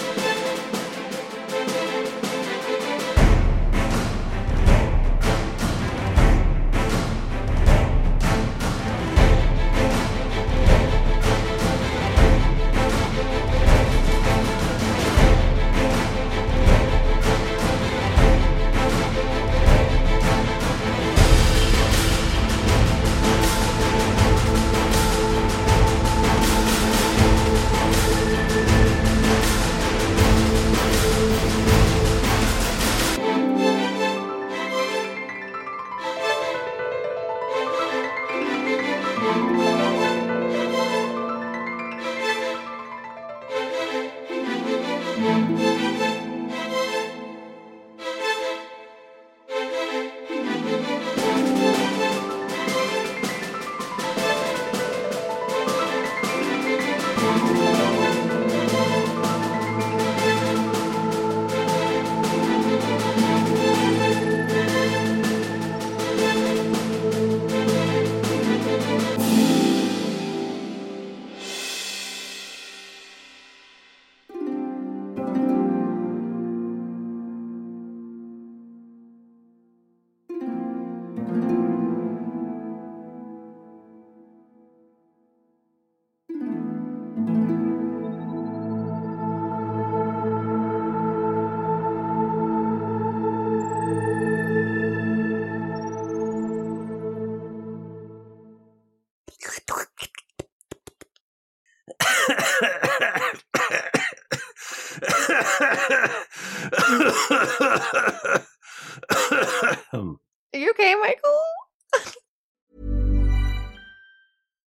Oh,